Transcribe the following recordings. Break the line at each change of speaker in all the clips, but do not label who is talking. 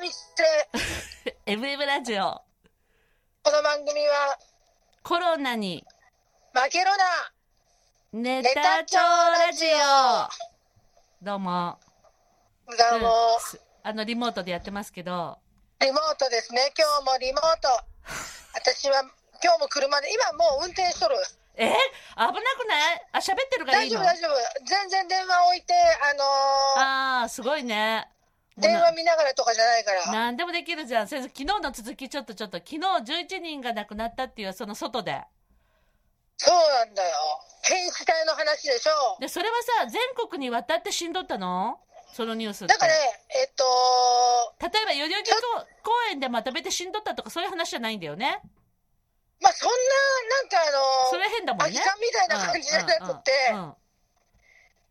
ミステ
MM ラジオ。
この番組は
コロナに
負けるな
ネ
ネ
タ
タ
帳
帳
ラ
ラ
ジ
ジ
オ。どうも。
どうも、
んすあの、リモートでやってますけど、
リモートですね今日もリモート私は今日も車で今もう運転しとる
え危なくないあ、喋ってるからい
大
いの
丈夫大丈夫全然電話置いてあのー
ああ、すごいね。もう
電
な
話見ながらとかじゃないから
何でもできるじゃん。先生、昨日の続きちょっとちょっと、昨日11人が亡くなったっていう、その外で。
そうなんだよ変死体の話でしょ
で、それはさ、全国に渡って死んどったのそのニュースって。
だからねえっと
例えば、代々木公公園でまとめて死んどったとか、そういう話じゃないんだよね。
まあそんななんかあ
そ
の
れ変だもん
空き
ね。
缶みたいな感じじゃなくて
うんうんうん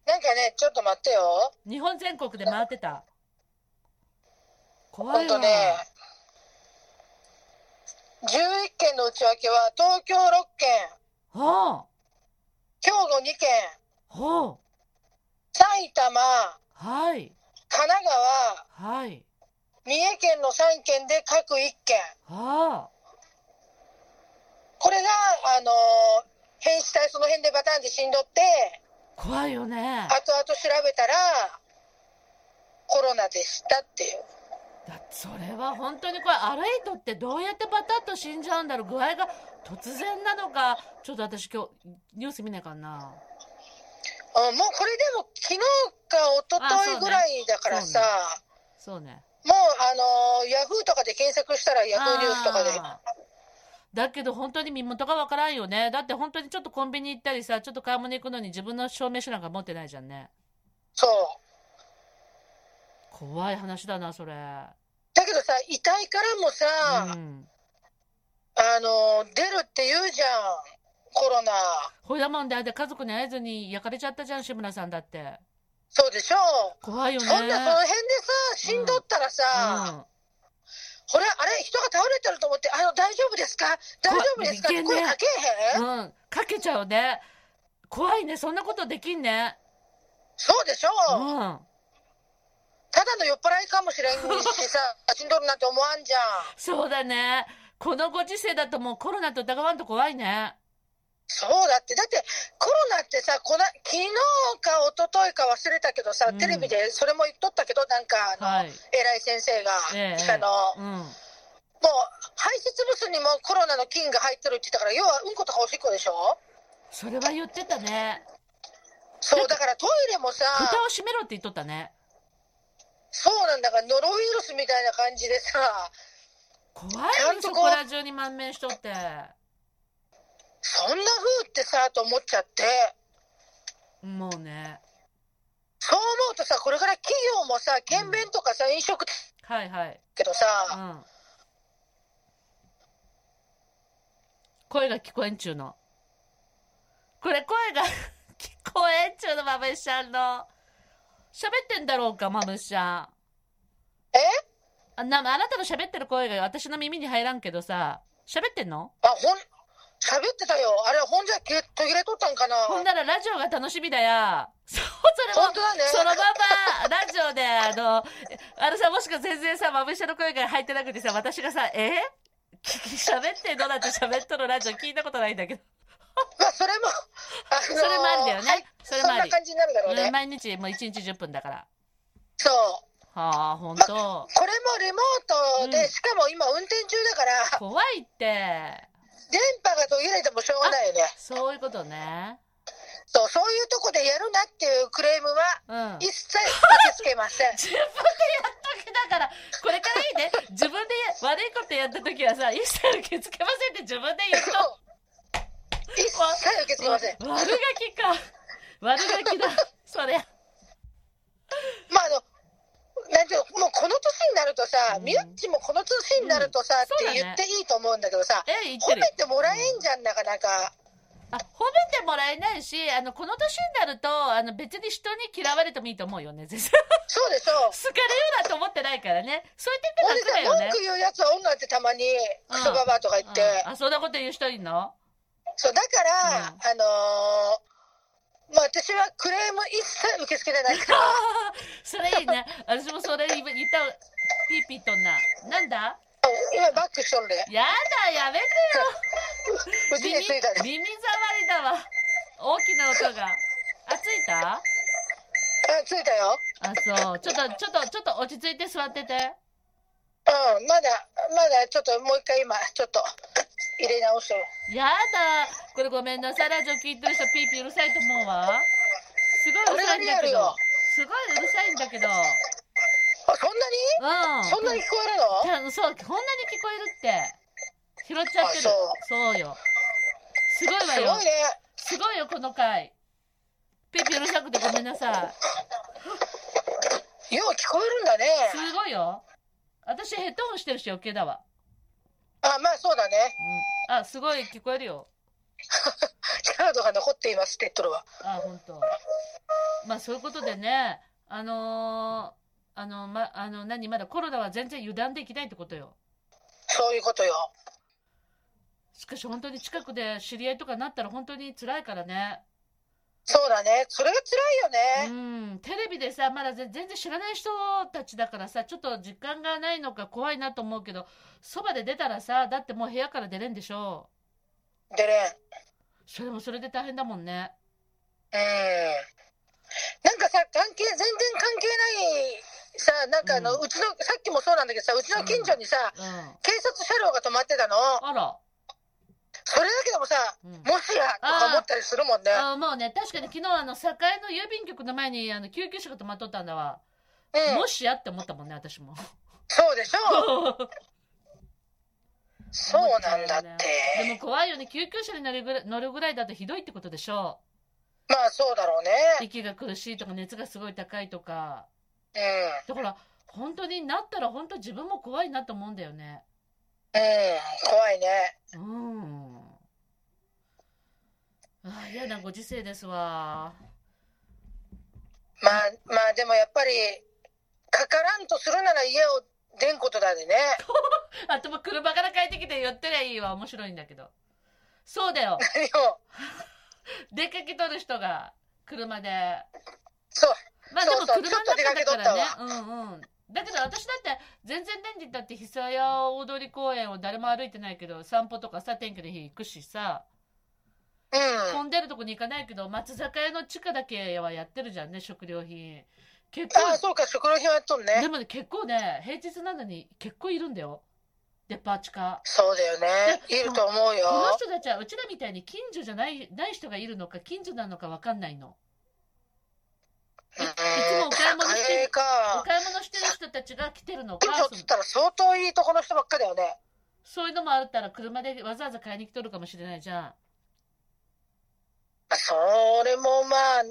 なんかねちょっと待ってよ
うん日本全国で回ってた。怖
ほ
い
ん
わ。
とね、11件の内訳は東京6件、
ほう。
兵庫2件、
ほう。
埼玉、
はい。
神奈川、
はい。
三重県の3県で各1件。
はあ。
これが、あのー変死体その辺でバタンで死んどって、
怖いよね。
後々調べたら、コロナでしたっていう。
だそれは本当にこれ歩いとってどうやってバタッと死んじゃうんだろう具合が突然なのかちょっと私今日ニュース見ないか
う
な
んもうこれでも昨日か
あ
一昨
そうね
日ぐらいだからさ、
そうね
もうあのー、ヤフーとかで検索したらヤフーニュースとかで。
あーだけど本当に身元がわからんよねだって本当にちょっとコンビニ行ったりさちょっと買い物行くのに自分の証明書なんか持ってないじゃんね
そう。
怖い話だなそれ
だけどさ遺体からもさ、
うん
あの出るって言うじゃんコロナ
ほいだもんでで家志に会えずに焼かれちゃったじゃん志村さんだって
そうでしょ
怖いよ
そ
ね
んなその辺でさ死んどったらさ、これあれ人が倒れてると思って「あの大丈夫ですか大丈夫ですか?」っ
こ
て
いけ
声
ね
かけへん、
うん、うん、かけちゃうね怖いねそんなことできんね
そうでしょ、
うん
ただの酔っ払いかもしれんし さ死んどるなんて思わんじゃん
そうだねこのご時世だともうコロナと疑わんと怖いね
そうだってだってコロナってさこな昨日か一昨日か忘れたけどさ、
うん
テレビでそれも言っとったけどなんかあの、
はい
偉い先生が、
ええ
あの
うん
もう排泄物にもコロナの菌が入ってるって言ったから要はうんことかおしっこでしょ
それは言ってたね
そうだからトイレもさ
蓋を閉めろって言っとったね
そうなんだからノロウイルスみたいな感じでさ
怖い
ちゃ
よ
んと
そ
こう
こら中に満面しとって
そんな風ってさと思っちゃって
もうね
そう思うとさこれから企業もさ検便とかさ飲食
はいはい
けどさ、
うん声が聞こえんちゅうのこれ声が 聞こえんちゅうのまぶしちゃんの喋ってんだろうかまぶしちゃん
え
あなあなたの喋ってる声が私の耳に入らんけどさ喋ってんの
あほん喋ってたよあれほんじゃけ途切れとったんかな
ほんならラジオが楽しみだよそうそれ
本
も
当だね
そのままラジオであのあのさもしか全然さまぶしゃの声が入ってなくてさ私がさ「え聞き喋ってんの?」なんて喋っとるラジオ聞いたことないんだけど
まあそれもあ
それもありだよね、
はい
そ
そ
れ
ん
もあ
な
り、
感じになるだろう
うん
ね、
毎日もう1日10分だから
そう
はあ本当
これもリモートで、
うん
しかも今運転中だから
怖いって
電波が途切れてもしょうがないよね
そういうことね
そうそういうとこでやるなっていうクレームは
うん
一切受け付けませ ん
自分でやっときだからこれからいいね自分で悪いことやった時はさ一切受け付けませんって自分で言っと
一切受け付けません
悪ガキか悪ガキだそれ
まああのなんていうのもうこの年になるとさ、
うん
ミュッチもこの年になるとさ、
そうだ
っ
ね
て言っていいと思うんだけどさ、
え言っ
褒
てる
めてもらえんじゃんなかなか
あ褒めてもらえないしあのこの年になるとあの別に人に嫌われてもいいと思うよね 全然
そうでしょ
好かれるなと思ってないからねそう
ほん
言っ
で
てた
さ
ら楽だよね
文句言うやつは女ってたまにクソババアとか言って、
うんあそんなこと言う人いんの
そうだから、あのーまあ、私はクレーム一切受け付けてない から。
それいいね。私もそれ言い言った、ピーピーとんな。なんだ
今バックしとるで。
やだ、やめて
うち
耳
に着いたで。
耳障りだわ。大きな音が。あ、ついた
あ、着いたよ。
あ、そう。ちょっと、ちょっと、ちょっと落ち着いて座ってて。
うん、まだ、まだちょっともう一回今、ちょっと入れ直しとる。
やだ。これごめんなさい。ラジオ聞いてる人、ピーピーうるさいと思うわ。すごいうるさい
俺が
んだけ
リアル
ど
よ。
すごいうるさいんだけど。
あ、そんなに
うん。
そんなに聞こえる
い
の
やそう、こんなに聞こえるって。拾っちゃってる
あ。
そうよ。すごいわ
す
よ
ごい。ね。
すごいよ、この回。ピーピーうるさくてごめんなさい。
よう聞こえるんだね。
すごいよ。私ヘッドホンしてるし余計だわ。
あ、まあそうだね。
うん。あ、すごい聞こえるよ。
カードが残っていますって言っとるわ。
あ、本当。まあそういうことでね、あのーあの、ま、あの、何、まだコロナは全然油断できないってことよ。
そういうことよ。
しかし本当に近くで知り合いとかなったら本当に辛いからね。
そうだね。それが辛いよ
う
ね。
ん、テレビでさ、まだぜ全然知らない人たちだからさ、ちょっと時間がないのか怖いなと思うけど、そばで出たらさ、だってもう部屋から出れんでしょ
でね。
それもそれで大変だもんね。
うん。なんかさ、関係、全然関係ない、さ、なんかあの、
う
うちの、さっきもそうなんだけどさ、うちの近所にさ、
うん。
警察車両が止まってたの。
あら。
それだけでもさ、
うん
もしや、とか思ったりするもんね。
あもうね、確かに昨日あの、境の郵便局の前にあの救急車が止まっとったんだわ。
うん
も。しやって思ったもんね、私も。
そうでしょう。そうなんだっ
で
て。
も怖いよね、救急車に乗るぐらい乗るぐらいだとひどいってことでしょ
まあそうだろうね。
息が苦しいとか、熱がすごい高いとか。
うん。
だから、本当になったら本当自分も怖いなと思うんだよね。
うん。怖いね。
うん。ああ、嫌なご時世ですわ。
まあ、まあでもやっぱり、かからんとするなら家を出んことだでね。
あとも車から帰ってきて寄ってりゃいいわ。面白いんだけど。そうだよ。
何を。
出かけとる人が車で。
そう。
まあでも
そうそう
車の中だからね
ち。
うんうん。だけど私だって全然何時だって久屋大通公園を誰も歩いてないけど散歩とかさ天気の日行くしさ
うん。
混んでるとこに行かないけど松坂屋の地下だけはやってるじゃんね食料品結
ああ、
構
そうか、食料品はやっとん
で
ね。
もね結構ね平日なのに結構いるんだよデパ地下
そうだよね。
で
いると思う
こ
よ
の。人たちはうちらみたいに近所じゃないない人がいるのか近所なのか分かんないの
う
い
ん
いつもお買い物して
え
る
ーか
お。買い物してる人たちが来てるのか
近所っ
そ
つ
の
ったら相当いいとこの人ばっかだよね。
そういうのもあったら車でわざわざ買いに来とるかもしれないじゃ
それもまあ、
ん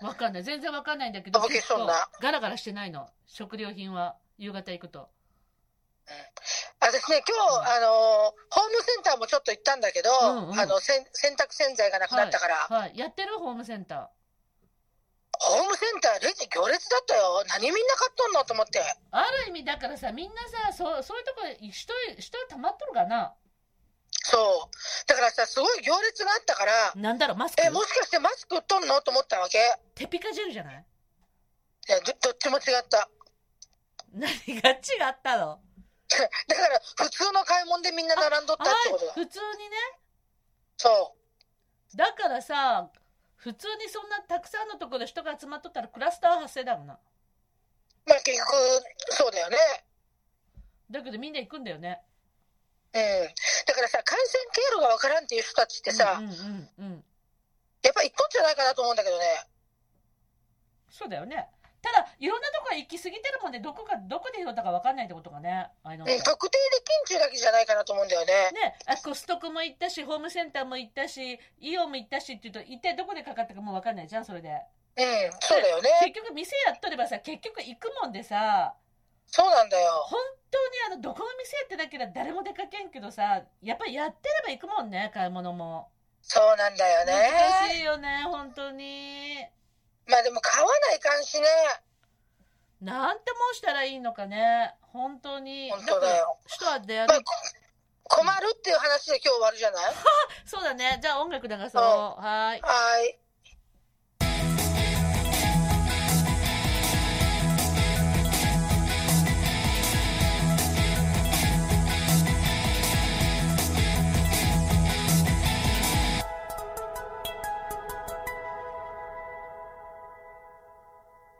分かんない全然分かんないんだけど
とぼけそうな
ガラガラしてないの食料品は夕方行くと
私ね、今
うん
日、あのーホームセンターもちょっと行ったんだけど、
うんうん
あの、せん洗濯洗剤がなくなったから、
はいやってるホームセンタ
ホームセンターレジ行列だったよ。何みんな買っとんのと思って。
ーある意味だからさみんなさそうそういうとこ人人溜まっとるかな
そう。だからさ、すごい行列があったから、
なんだろうマスク
え、もしかしてマスク売っとんのと思ったわけ。い
テピカジェルじゃない
や、どどっちも違った。
何が違ったの
だから、普通の買い物でみんな並んどったっ
は
てこと
い
だ。
普通にね
そう。
だからさ普通にそんなたくさんのところで人が集まっとったらクラスター発生だもんな
まあ結局、そうだよね。
だけどみんな行くんだよね
うん。だからさ、感染経路がわからんっていう人たちってさ、
うんうんうん、うん、
やっぱ行っとんじゃないかなと思うんだけどね。
そうだよねただいろんなとこが行き過ぎてるもんねどこがどこで拾ったか分かんないってことがねあれなんだ
うん、特定できんちゅうだけじゃないかなと思うんだよね。
ね、あコストコも行ったしホームセンターも行ったしイオンも行ったしっていうと一体どこでかかったかもう分かんないじゃんそれで
うん、そうだよね。
結局店やっとればさ結局行くもんでさ
そうなんだよ。
本当にあのどこの店やってなければ誰も出かけんけどさやっぱりやってれば行くもんね買い物も
そうなんだよ
難
ね。
しいよね本当に
まあでも買わないかんしね。
なんてもうしたらいいのかね本当に
本当だよ。
人は出歩
まあ、こ 困るっていう話で今日終わるじゃない
そうだねじゃあ音楽流そうはーい
はーい。